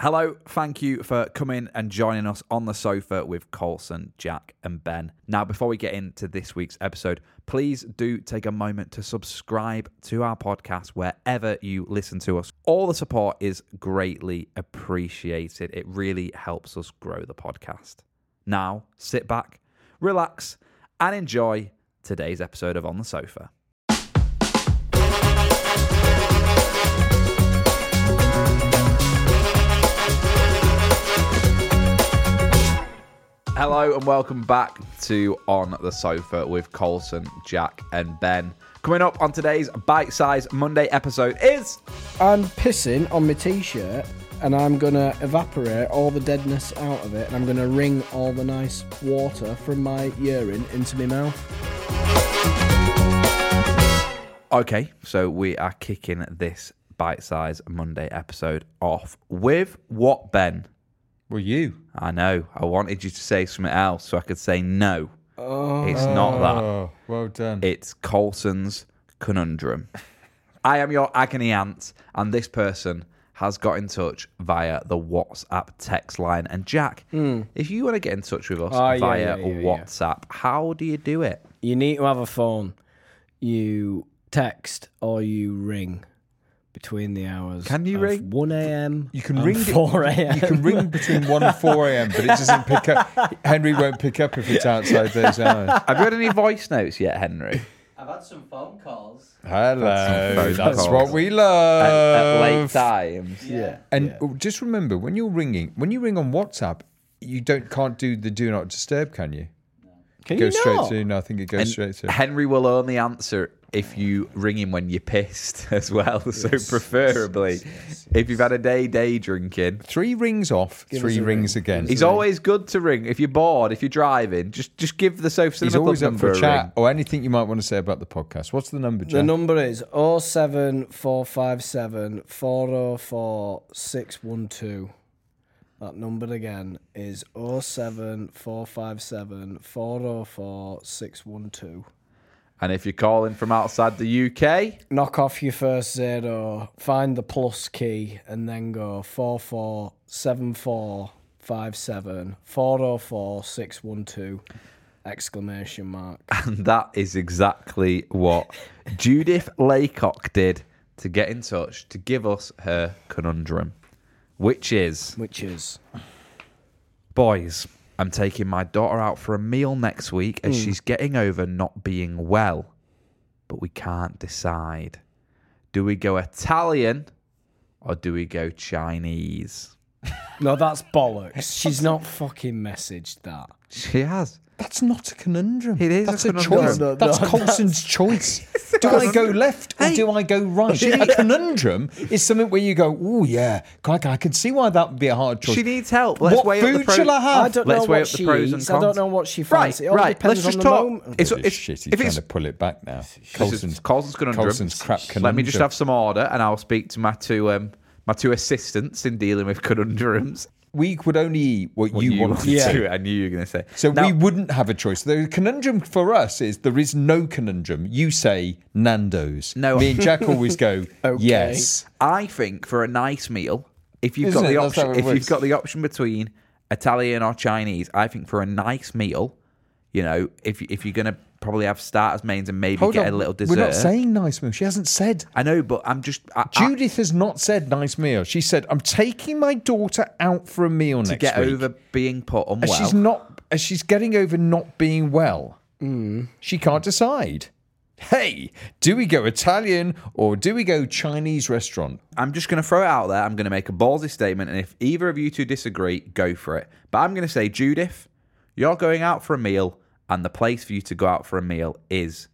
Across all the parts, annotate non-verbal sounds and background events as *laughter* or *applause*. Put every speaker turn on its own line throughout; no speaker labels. Hello, thank you for coming and joining us on the sofa with Colson, Jack, and Ben. Now, before we get into this week's episode, please do take a moment to subscribe to our podcast wherever you listen to us. All the support is greatly appreciated. It really helps us grow the podcast. Now, sit back, relax, and enjoy today's episode of On the Sofa. Hello and welcome back to On the Sofa with Colson, Jack, and Ben. Coming up on today's bite size Monday episode is
I'm pissing on my t-shirt and I'm gonna evaporate all the deadness out of it and I'm gonna wring all the nice water from my urine into my mouth.
Okay, so we are kicking this bite size Monday episode off with what, Ben?
Well, you.
I know, I wanted you to say something else so I could say no. It's not that.
Oh, well done.
It's Colson's conundrum. I am your agony aunt, and this person has got in touch via the WhatsApp text line. And Jack, if you want to get in touch with us
Hmm. Ah, yeah,
via
yeah, yeah, yeah.
WhatsApp, how do you do it?
You need to have a phone. You text or you ring between the hours.
Can you
of
ring?
1 a.m.
you can
and
ring
4 a.m.
You can
*laughs*
ring between one and four a.m., but it doesn't pick up. Henry won't pick up if it's outside those hours.
Have you had any voice notes yet, Henry?
I've had some phone calls.
Hello,
phone
that's,
calls.
what we
At, at
love.
late times.
Yeah.
and just remember, when you're ringing, when you ring on WhatsApp, you don't can't do the do not disturb, can you?
Can
Go
you
straight
not?
to. No, I think it goes straight to.
Henry will only answer if you ring him when you're pissed *laughs* as well. So preferably, if you've had a day day drinking,
Three rings off,
Give
three
us a
rings
ring.
again.
he's always good to ring. If you're bored, if you're driving, just just give the sofa
He's
cinema
always
club
up for
number
a
a
chat
ring.
or anything you might want to say about the podcast. What's the number, Jack?
The number is 07457 404 612. That number again is 07457 404 612.
And if you're calling from outside the UK,
Knock off your first zero, find the plus key, and then go 447457 404 612. Exclamation mark.
*laughs* and that is exactly
*laughs*
what Judith Laycock did to get in touch to give us her conundrum, which is.
Which is.
Boys, I'm taking my daughter out for a meal next week as
Hmm.
she's getting over not being well, but we can't decide. Do we go Italian or do we go Chinese?
No, that's bollocks. She's not fucking messaged that.
She has.
That's not a conundrum.
It is
That's
a
a,
conundrum.
choice.
No, no,
that's
*laughs*
no,
Colson's choice. Do I go left or do I go right? a conundrum is something where you go, oh yeah, I can, I can see why that would be a hard choice.
She needs help. Let's
what
weigh up the
food
pro-
shall I have?
I don't
Let's
know
weigh
what
up the
she
pros and
eats. I don't
cons.
know what she
Right,
finds. It all
right. Let's
depends
just
on the
talk.
moment.
It's,
It's
it's,
shit. He's
if
trying
it's
to pull it back now.
This is
Colson's,
Colson's conundrum.
Colson's crap conundrum.
Let me just have some order, and I'll speak to my two um, my two assistants in dealing with conundrums.
We would only eat what,
What
you, wanted
Yeah.
to.
to. I knew you were going to say.
So
Now-
we wouldn't have a choice. The conundrum for us is there is no conundrum. You say Nando's.
No.
Me and Jack
*laughs*
always go
Okay.
yes.
I think for a nice meal, if you've
Isn't
got the
it? That's how
option,
it
if you've
works.
got the option between Italian or Chinese, I think for a nice meal, you know, if you- if you're gonna probably have starters, mains, and maybe get a little dessert.
We're not saying nice meal. She hasn't said.
I know, but I'm just I, I-
Judith has not said nice meal. She said, "I'm taking my daughter out for a meal
to
next
get
week."
over being put unwell.
As
Mm.
she's not, as she's getting over not being well, she can't decide. Hey, do we go Italian or do we go Chinese restaurant?
I'm just going to throw it out there. I'm going to make a ballsy statement, and if either of you two disagree, go for it. But I'm going to say, Judith, you're going out for a meal, and the place for you to go out for a meal is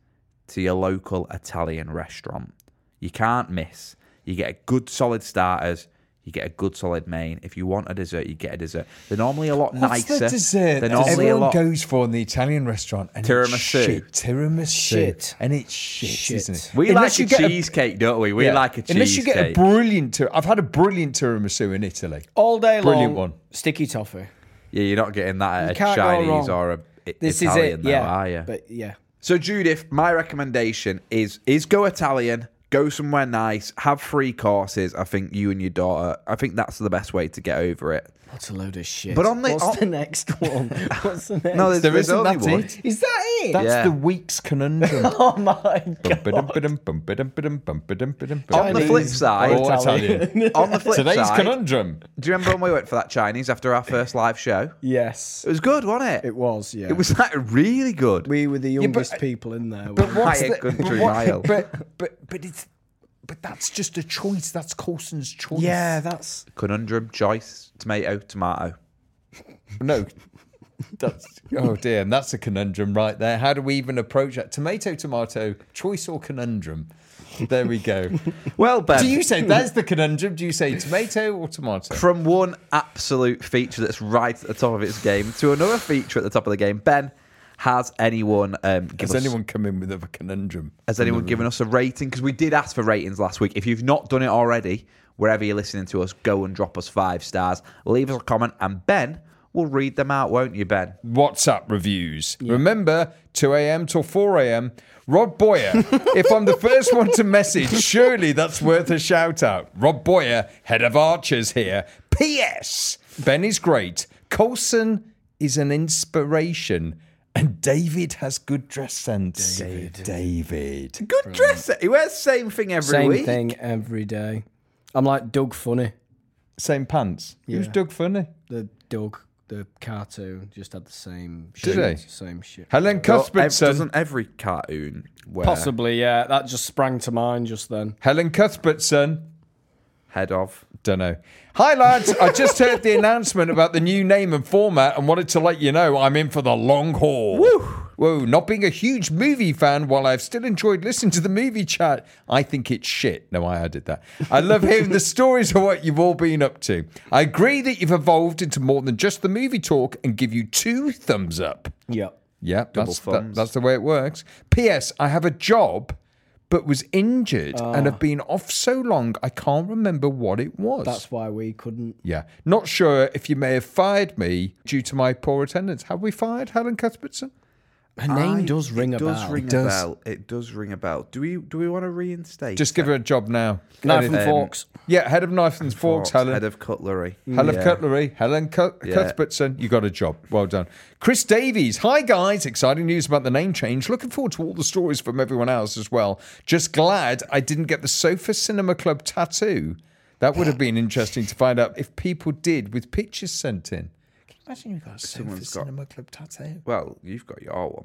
to your local Italian restaurant. You can't miss. You get a good solid starters. You get a good solid main. If you want a dessert, you get a dessert. They're normally a lot
What's
nicer.
the dessert
They're
that
normally
everyone
a lot.
goes for in the Italian restaurant? And it's
Tiramisu.
shit. Tiramisu.
Shit.
And it's shit,
Shit.
isn't it?
we
Unless you
like a
get
cheesecake, don't we? We
yeah.
like a cheesecake. Oh,
Unless you get a brilliant tir- I've had a brilliant tiramisu in Italy.
All day
Brilliant
long,
one.
sticky toffee.
yeah, you're not getting that at a
You can't go
Chinese
wrong.
or a I-
This
Italian,
is it.
though,
yeah,
are you?
but yeah,
So Judith, my recommendation is is go Italian, go somewhere nice, have free courses. I think you and your daughter, I think that's the best way to get over it.
that's a load of shit.
But on the-
what's
on-
the next one?
*laughs*
What's the next?
No, there's,
There
there's
isn't
only
that
one.
it.
is that it?
That's
Yeah.
the week's conundrum.
oh my god!
On
Oh, the flip side- *laughs* On the flip
Today's
side,
conundrum.
do you remember when we went for that Chinese after our first live show?
Yes,
It was good, wasn't it?
it was. Yeah,
It was like really good.
We were the
but-
youngest people in there.
But what's
Higher
the,
country
but, what-
mile.
but but but it's but that's just a choice. That's Coulson's
*laughs*
choice.
yeah, that's
Conundrum, choice, tomato, tomato.
No. That's oh dear, and that's a conundrum right there. How do we even approach that? Tomato, tomato, choice or conundrum? There
*laughs*
we go.
Well, Ben,
do you say there's the conundrum? Do you say tomato or tomato?
from one absolute feature that's right at the top of its game to another feature at the top of the game, Ben, has anyone um, give
Has
us
anyone come in with a conundrum?
Has anyone given us a rating? Because we did ask for ratings last week. If you've not done it already, wherever you're listening to us, go and drop us five stars. Leave us a comment, and Ben will read them out, won't you, Ben?
WhatsApp reviews. Remember, 2 a.m. till 4 a.m. Rob
*laughs*
Boyer. if I'm the first one to message, surely that's worth a shout out. Rob Boyer, head of Archers here. P.S. Ben is great. Colson is an inspiration. And David has good dress sense. David. David.
Good dresser. He wears the same thing every
Mm. same
week.
thing every day. I'm like Doug Funny.
Same pants. Who's Doug Funny?
The Doug, the cartoon, just had the same.
Did
shit,
he?
Same shit.
Helen
Well, ev-
Cuthbertson.
doesn't every cartoon wear
Possibly, yeah. That just sprang to mind just then.
Helen Cuthbertson.
head of?
Don't know. Hi, lads. I just heard the announcement about the new name and format and wanted to let you know I'm in for the long haul. Woo! Whoa, not being a huge movie fan, while I've still enjoyed listening to the movie chat, I think it's shit. No, I added that. I love hearing the stories of what you've all been up to. I agree that you've evolved into more than just the movie talk and give you two thumbs up.
Yep.
Yeah, that's, that-
thumbs.
that's the way it works. P.S. I have a job, but was injured and have been off so long I can't remember what it was.
That's why we couldn't.
yeah, not sure if you may have fired me due to my poor attendance. Have we fired Helen Cuthbertson?
Her name does ring
it
a
does
bell.
Ring a
does.
bell. It does ring a bell. Do we do we want to reinstate?
Just give her a job now.
Knife
Edit.
and forks.
Yeah, head of knife and forks, Helen.
head of cutlery?
Hell of
Yeah.
Cutlery, Helen Cut-
Yeah.
Cuthbertson, you got a job. Well done. Chris Davies, hi guys. Exciting news about the name change. Looking forward to all the stories from everyone else as well. Just glad I didn't get the Sofa Cinema Club tattoo. That would have been interesting to find out if people did with pictures sent in. Can you imagine you've got a
Someone's
Sofa
got-
Cinema Club tattoo
Well, you've got your one.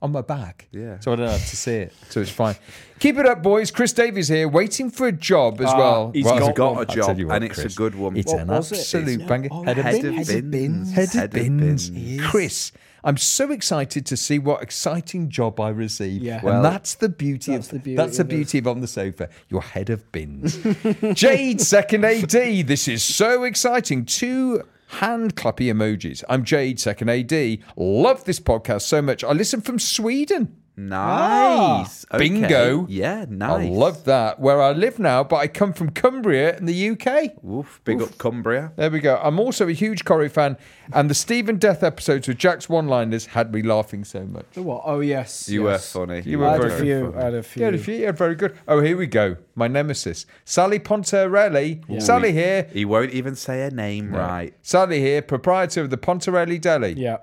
on my back?
Yeah.
So I don't have to see it. So
*laughs*
it's fine. Keep it up, boys. Chris Davies here, waiting for a job as well.
he's
well,
got
I'll
got
tell
a job,
you
and it's a good one.
It's
What
an
was it?
absolute
It's-
banger.
oh,
Head of
Head
bins.
of
Head of
bins.
Head of
Head of
bins.
bins.
Chris, I'm so excited to see what exciting job I receive.
Yeah.
and
Well-
that's the beauty
That's
of
the beauty
that's the
of it.
beauty of on the sofa. Your head of bins. *laughs* Jade, second AD. This is so exciting. Two hand clappy emojis. I'm Jade, second AD. Love this podcast so much. I listen from Sweden.
Nice. Ah, Okay.
Bingo.
Yeah, nice.
I love that. Where I live now, but I come from Cumbria in the UK.
Woof, big up Cumbria.
There we go. I'm also a huge Corrie fan, and the Stephen Death episodes with Jack's one-liners had me laughing so much.
The what? Oh yes.
You
yes.
were funny.
I
You were
had
very
a
good
few. I had a few.
Yeah, if you- yeah, very good. Oh, here we go. My nemesis, Sally Pontarelli. Sally here.
He won't even say a name right.
Sally here, proprietor of the Pontarelli Deli.
Yeah.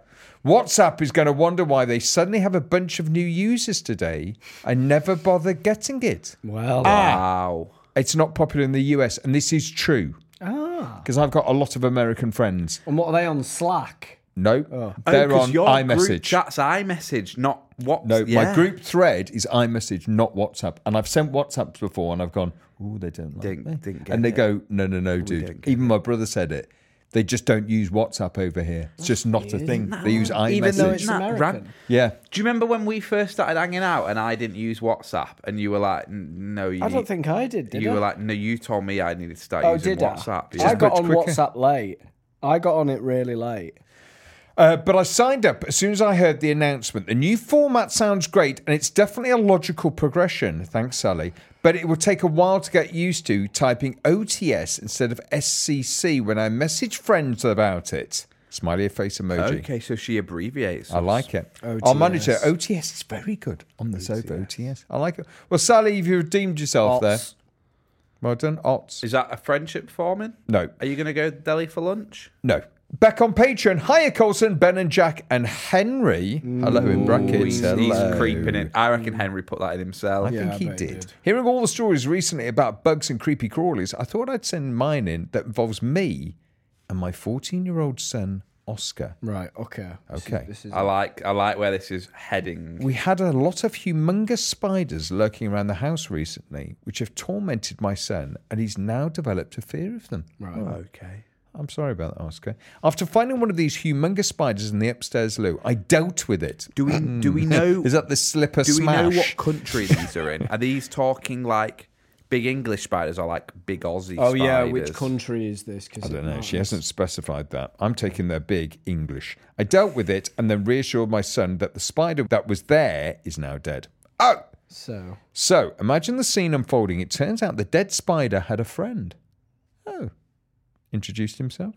WhatsApp is going to wonder why they suddenly have a bunch of new users today and never bother getting it.
Well,
Ah.
Wow.
It's not popular in the US,
Ah.
and this is true. Because I've got a lot of American friends.
and what are they on Slack?
No,
Oh.
they're on iMessage.
That's iMessage, not what.
No, my
yeah.
group thread is iMessage, not WhatsApp. And I've sent WhatsApps before and I've gone, oh, they don't like
Didn't-
me.
didn't get
and they
it.
go, no, no, no, dude. Even my brother said it. They just don't use WhatsApp over here. It's just not a thing. They use iMessage.
Even though it's
Isn't that
American.
rad?
yeah.
Do you remember when we first started hanging out and I didn't use WhatsApp and you were like, "N- no, you
I don't
need-
think I did, did
you
I?
were like, no, you told me I needed to start
oh,
using
did
WhatsApp.
I?
Yeah.
I got
Much
on
quicker.
WhatsApp late. I got on it really late.
Uh, but I signed up as soon as I heard the announcement. The new format sounds great, and it's definitely a logical progression. Thanks, Sally. But it will take a while to get used to typing OTS instead of SCC when I message friends about it. Smiley face emoji.
Okay, so she abbreviates.
I
us.
like it. Our manager, OTS is very good on the sofa. OTS. I like it. Well, Sally, you've redeemed yourself there.
Ots.
Well done. Ots.
Is that a friendship forming?
No.
Are you going to go to the deli for lunch?
No. Back on Patreon. Hiya, Colson, Ben and Jack and Henry. Hello in
Ooh,
brackets.
he's, he's
Hello.
creeping it. I reckon Henry put that in himself.
I
Yeah,
think
I
he
bet he
did.
did.
Hearing all the stories recently about bugs and creepy crawlies, I thought I'd send mine in that involves me and my 14 year old son, Oscar.
Right, okay. This is-
Okay.
This is,
I like I like where this is heading.
We had a lot of humongous spiders lurking around the house recently, which have tormented my son, and he's now developed a fear of them.
right.
Okay.
I'm sorry about that, Oscar. After finding one of these humongous spiders in the upstairs loo, I dealt with it. Hmm.
Do we do we know
*laughs* Is that the slipper
do we know
smash?
what country these are in? Are these talking like big English spiders or like big Aussie
Oh,
spiders?
yeah, which country is this? Cause
I
it
don't know. She
matters.
hasn't specified that. I'm taking their big English. I dealt with it and then reassured my son that the spider that was there is now dead. Oh!
So,
So imagine the scene unfolding. It turns out the dead spider had a friend. Oh, introduced himself.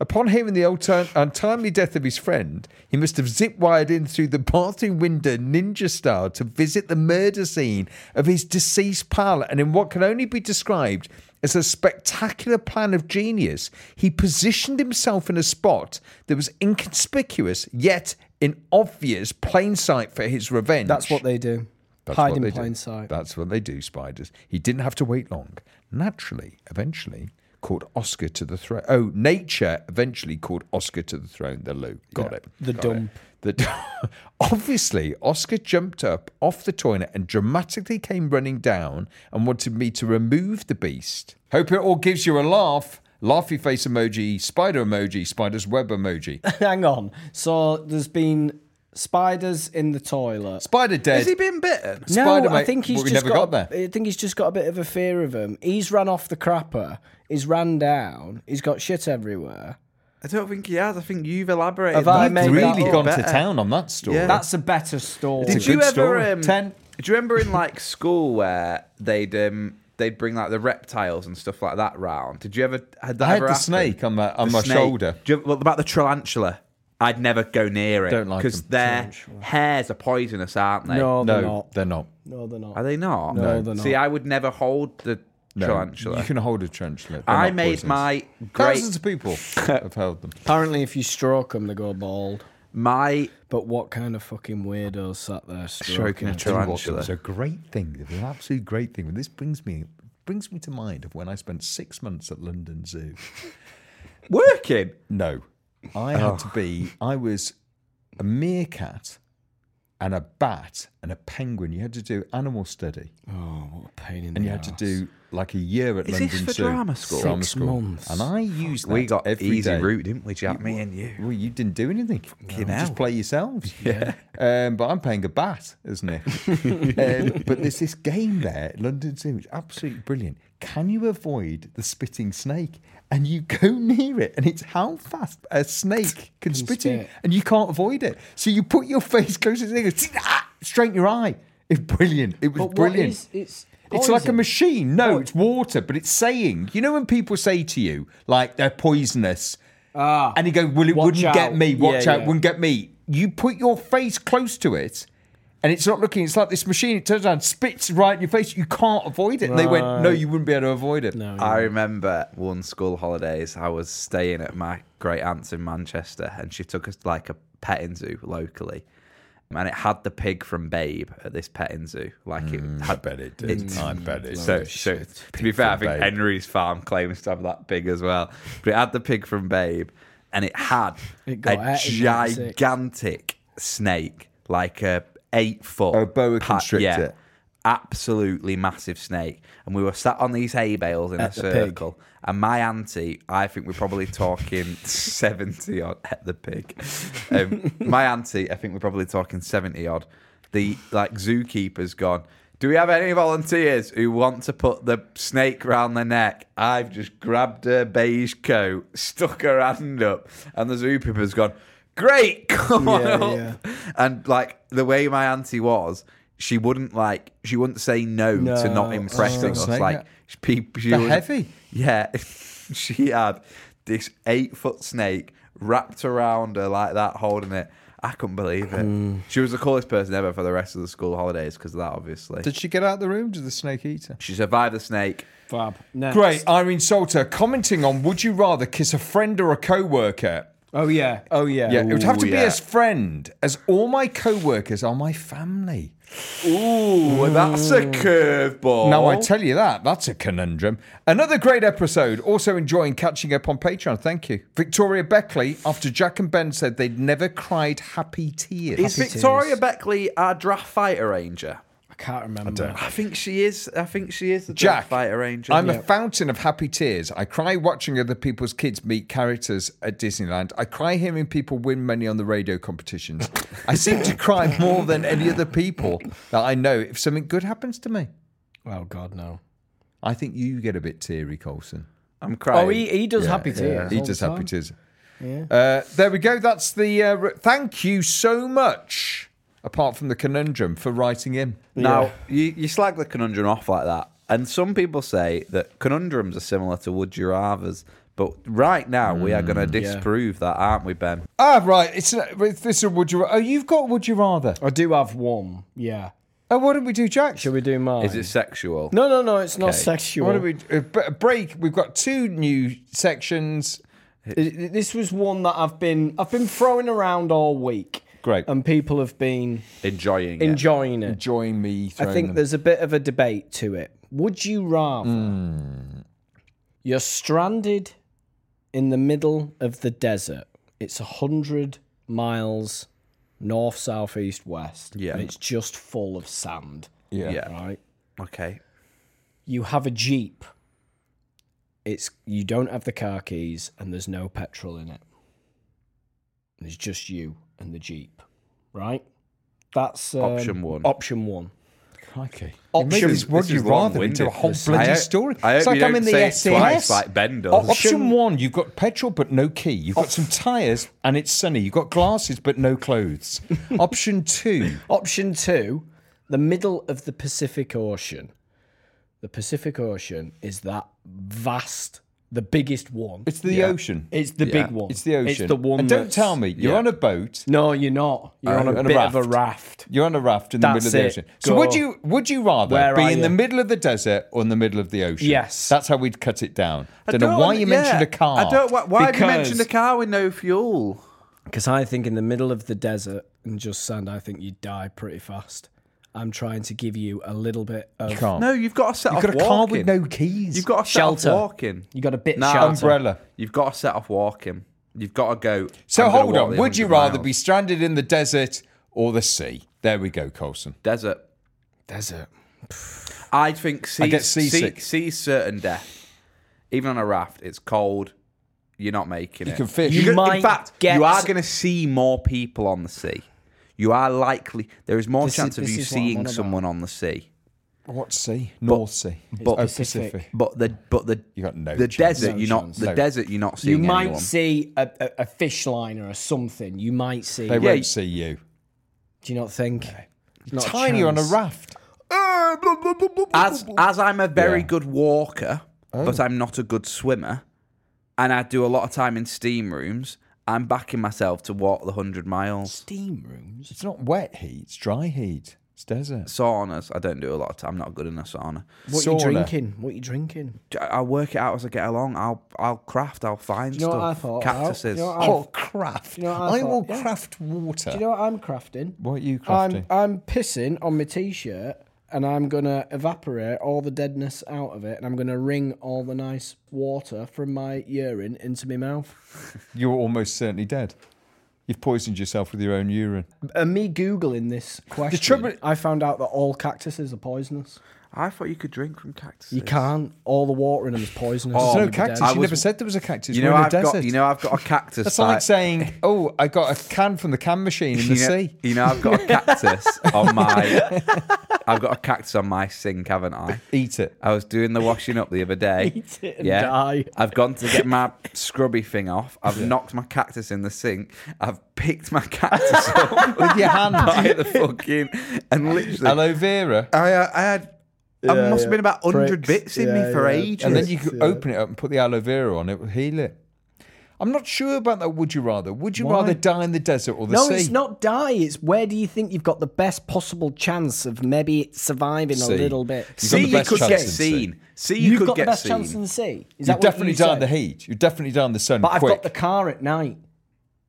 Upon hearing the ulti- untimely death of his friend, he must have zip wired in through the bathroom window ninja style to visit the murder scene of his deceased pal. And in what can only be described as a spectacular plan of genius, he positioned himself in a spot that was inconspicuous yet in obvious plain sight for his revenge.
that's what they do.
That's
Hide
what
in
they
plain
do.
sight.
That's what they do, spiders. He didn't have to wait long. Naturally, eventually, called Oscar to the throne. Oh, nature eventually called Oscar to the throne. The loo. Got it.
The
Got
dump.
It. The, *laughs* obviously, Oscar jumped up off the toilet and dramatically came running down and wanted me to remove the beast. Hope it all gives you a laugh. Laughy face emoji, spider emoji, spider's web emoji.
*laughs* Hang on. So, there's been spiders in the toilet. *laughs*
Spider dead.
Has he been bitten?
No,
Spider-Man-
I think he's
we
just
never
got,
got there.
I think he's just got a bit of a fear of him. He's ran off the crapper. He's ran down. He's got shit everywhere.
I don't think he has. I think you've elaborated.
Have
that
I
a
made
He's
little
that
really
up?
bit
gone to
better.
town on that story.
Yeah.
That's a better story.
It's
Did
a
you
good
ever
story.
um,
Ten.
Do you remember in like school where they'd um, they'd bring like the reptiles and stuff like that round? Did you ever had that
I had
ever
the
happen?
snake on my- on
The
my
snake.
shoulder.
Do you, what about the tarantula? I'd never go near it.
Don't like
because
'em.
their hairs are poisonous, aren't they?
no, they're
No,
not.
they're not.
No, they're not.
are they not?
No, they're
See,
not.
I would never hold the
No,
tarantula.
You can hold a tarantula. They're
I
not
made
poisonous.
my great
Thousands
*laughs*
of people have held them.
Apparently, if you stroke them, they go bald.
my
But what kind of fucking weirdos sat there
Stroking
stroking
a
it?
tra- Tarantula.
It's a great thing. It was an absolute great thing. But this brings me brings me to mind of when I spent six months at London Zoo.
*laughs* working. Oh.
No, I had to be. I was a meerkat and a bat and a penguin. You had to do animal study,
Oh, what a pain in the
and you had to
arse.
do like a year at
Is
London
this for
Zoo.
drama school?
Drama
Six
school.
months.
And I used that
We got
every
easy
day.
route, didn't we, Jack? Me and you.
Well, you didn't do anything. you
hell.
just play yourselves.
*laughs*
Yeah. Um, but I'm paying a bat,
*laughs*
isn't it? um, but there's this game there, at London Zoo, which is absolutely brilliant. Can you avoid the spitting snake? And you go *laughs* near it, and it's how fast a snake can, spit, at you,
spit.
and you can't avoid it. So you put your face close to the thing, and ah, straight in your eye. It's brilliant. It was
But what
brilliant.
is- it's
It's like a
poison.
machine. No, it's water, but it's saying. You know when people say to you, like they're poisonous,
Ah.
and you go, "Well, it
Watch
wouldn't get
out.
me. Watch
Yeah,
out,
yeah.
wouldn't get me." You put your face close to it, and it's not looking. It's like this machine. It turns around, spits right in your face. You can't avoid it. And they went, "No, you wouldn't be able to avoid it."
No,
I remember one school holidays, I was staying at my great aunt's in Manchester, and she took us to like a petting zoo locally. And it had the pig from Babe at this petting zoo. Like it had.
Mm, it
It's- I
bet it.
So, so to be fair, I
from
think
Babe.
Henry's farm claims to have that pig as well. But it had the pig from Babe. and it had
It got
a
out in 96.
gigantic snake, like a eight foot
A boa
pa- yeah,
constrictor.
absolutely massive snake. And we were sat on these hay bales in
At
a
the pig.
circle. And my auntie, I think we're probably talking *laughs* 70 odd at the pig. Um, my auntie, I think we're probably talking 70 odd. The like zookeeper's gone. Do we have any volunteers who want to put the snake round the neck? I've just grabbed her beige coat, stuck her hand up, and the zookeeper's gone, Great, *laughs* come on
Yeah,
up.
yeah.
And like the way my auntie was, she wouldn't like she wouldn't say no, to
No.
Oh,
not impressing us.
Snake
Like
neck.
she, peep- she
They're
was-
heavy.
Yeah, *laughs* she had this eight foot snake wrapped around her like that, holding it. I couldn't believe it.
Mm.
She was the coolest person ever for the rest of the school holidays because of that, obviously.
Did she get out of the room? Did the snake eat her?
she survived the snake.
Fab. Next.
Great. Irene Salter commenting on Would you rather kiss a friend or a co worker?
Oh yeah. Oh yeah.
Yeah, it would have to
Ooh,
be
yeah.
as friend, as all my co workers are my family.
Ooh, that's a curveball.
Mm. Now, I tell you that, that's a conundrum. Another great episode. Also enjoying catching up on Patreon. Thank you. Victoria Beckley, after Jack and Ben said they'd never cried happy tears.
is Victoria Beckley our draft fighter ranger?
I can't remember.
I think she is. I think she is the
Jack,
draft fighter ranger.
I'm a fountain of happy tears. I cry watching other people's kids meet characters at Disneyland. I cry hearing people win money on the radio competitions. I seem to cry more than any other people that I know if something good happens to me.
Oh God, no.
I think you get a bit teary, Colson.
I'm crying.
Oh, he, he does happy tears.
He
all
just
the
happy
time.
tears.
Yeah.
Uh, there we go. That's the. Uh, re- thank you so much. Apart from the conundrum for writing in.
Now, you, you slag the conundrum off like that. And some people say that conundrums are similar to would you rathers. But right now, we are going
Hmm,
to disprove that, aren't we, Ben?
Ah, right. It's, it's this. Or would you? Oh, you've got. Would you rather?
I do have one. Yeah.
Oh, what did we do, Jack?
Shall we do mine?
Is it sexual?
No, no, no. It's not
Okay.
sexual.
What do we a b- a break? We've got two new sections.
Th- This was one that I've been I've been throwing around all week.
Great.
And people have been
Enjoying it.
enjoying it.
Join me.
I
throwing
think
them.
there's a bit of a debate to it. Would you rather
Hmm.
you're stranded in the middle of the desert? It's a hundred miles north, south, east, west.
Yeah.
And it's just full of sand.
yeah.
yeah.
Right.
Okay.
You have a jeep. It's you don't have the car keys and there's no petrol in it. And it's just you and the jeep. Right? That's um,
Option one.
Option one.
Crikey.
Option-
Options. Would
this
you
is
rather
long-winded.
into a whole
This-
bloody
I hope-
story?
I
it's
hope
like
you
I'm
don't
in the
say it
SAS.
twice like Ben does.
Oh, Option, one: you've got petrol but no key. You've got some tyres and it's sunny. You've got glasses but no clothes. Option two:
Option two, the middle of the Pacific Ocean. The Pacific Ocean is that vast, the biggest one.
it's the ocean.
It's the
Yeah.
big one.
It's the ocean.
It's the one.
And don't
that's-
tell me you're
Yeah.
on a boat.
No, you're not. You're
Oh,
on a
on a
bit
raft.
of a raft.
You're on a raft in the
That's
middle of the
it.
ocean. So would
Go.
you would you rather
Where
be
are
in the
you?
middle of the desert or in the middle of the ocean?
Yes.
That's how we'd cut it down. Don't, know why you mentioned a car.
I don't. Why, why have you
Because-
mentioned a car with no fuel?
Because I think in the middle of the desert and just sand, I think you'd die pretty fast. I'm trying to give you a little bit of. You
Can't.
No, you've got to set
You've
off
got a
walking.
car with no keys.
You've got to set
Shelter.
off walking.
You got a bit
Nah.
shelter.
umbrella.
You've got to set off walking. You've got to go.
So
I'm gonna
hold
walk
on.
the
Would you
100
rather
miles.
be stranded in the desert or the sea? There we go, Colson.
desert?
Desert.
I think sea,
I get
sea-
seasick.
sea's certain death. Even on a raft, it's cold. You're not making it.
can fish.
You
You're gonna- in
might
fact,
get-
you are going to see more people on the sea. You are likely there is more
This is-
chance of
this
you
is what I'm
seeing
on about.
someone on the sea.
What sea? North Sea.
but-
Pacific.
But the but the
You got no
the
chance.
desert
No
you're not
chance.
the
No.
desert you're not
You
seeing
might
anyone.
see a, a, a fish liner or something. You might see.
They
Do
Yeah, you-
won't see you.
you not think? Not a
Tiny on a
chance.
raft.
as as I'm a very
Yeah. Oh.
good walker, but I'm not a good swimmer, and I do a lot of time in steam rooms. I'm backing myself to walk the hundred miles.
Steam rooms.
It's not wet heat, it's dry heat. It's desert.
Saunas, I don't do a lot of time. I'm not good in a sauna.
What are you
Sauna.
drinking? What are you drinking?
I'll work it out as I get along. I'll I'll craft. I'll find
Do you know
stuff.
what I thought about?
Cactuses.
Do you know what I-
Oh, craft.
know what I
I,
thought?
will
Yeah.
craft water.
Do you know what I'm crafting?
What are you crafting?
I'm I'm pissing on my t-shirt and I'm going to evaporate all the deadness out of it and I'm going to wring all the nice water from my urine into my mouth.
You're almost certainly dead. You've poisoned yourself with your own urine.
And me Googling this question,
trouble-
I found out that all cactuses are poisonous.
I thought you could drink from cactuses.
You can't. All the water in them is poisonous.
Oh,
There's
You'll
no
be
cactus.
dead.
you
was-
never said there was a cactus.
You know
We're in a
I've got.
desert.
You know I've got a cactus.
That's like
site-
saying, "Oh, I got a can from the can machine in
*laughs*
the
you know,
sea."
you know I've got a
*laughs*
cactus on my. I've got a cactus on my sink, haven't I?
Eat it.
I was doing the washing up the
*laughs*
other day.
Eat it and die.
I've gone to get my scrubby thing off. I've knocked my cactus in the sink. I've picked my cactus
*laughs*
up
With your hand.
by the fucking and literally.
Aloe vera.
I, I had. I must have been about hundred bits
Pricks.
in
Yeah,
me for
yeah.
ages.
And then
Yes,
you could
yeah.
open it up and put the aloe vera on it, would heal it. I'm not sure about that. Would you rather? Would you
Why?
rather die in the desert or the
No,
sea?
it's not die. It's where do you think you've got the best possible chance of maybe surviving
Sea.
a little bit?
You've got
See,
the
you
best
could
chance
get
in sea.
seen. See, you
You've
could
got the
get
best
seen.
chance in the sea. Is
You're
that
definitely
what you
down
said?
the heat. You're definitely down the sun.
But I've
quick.
got the car at night.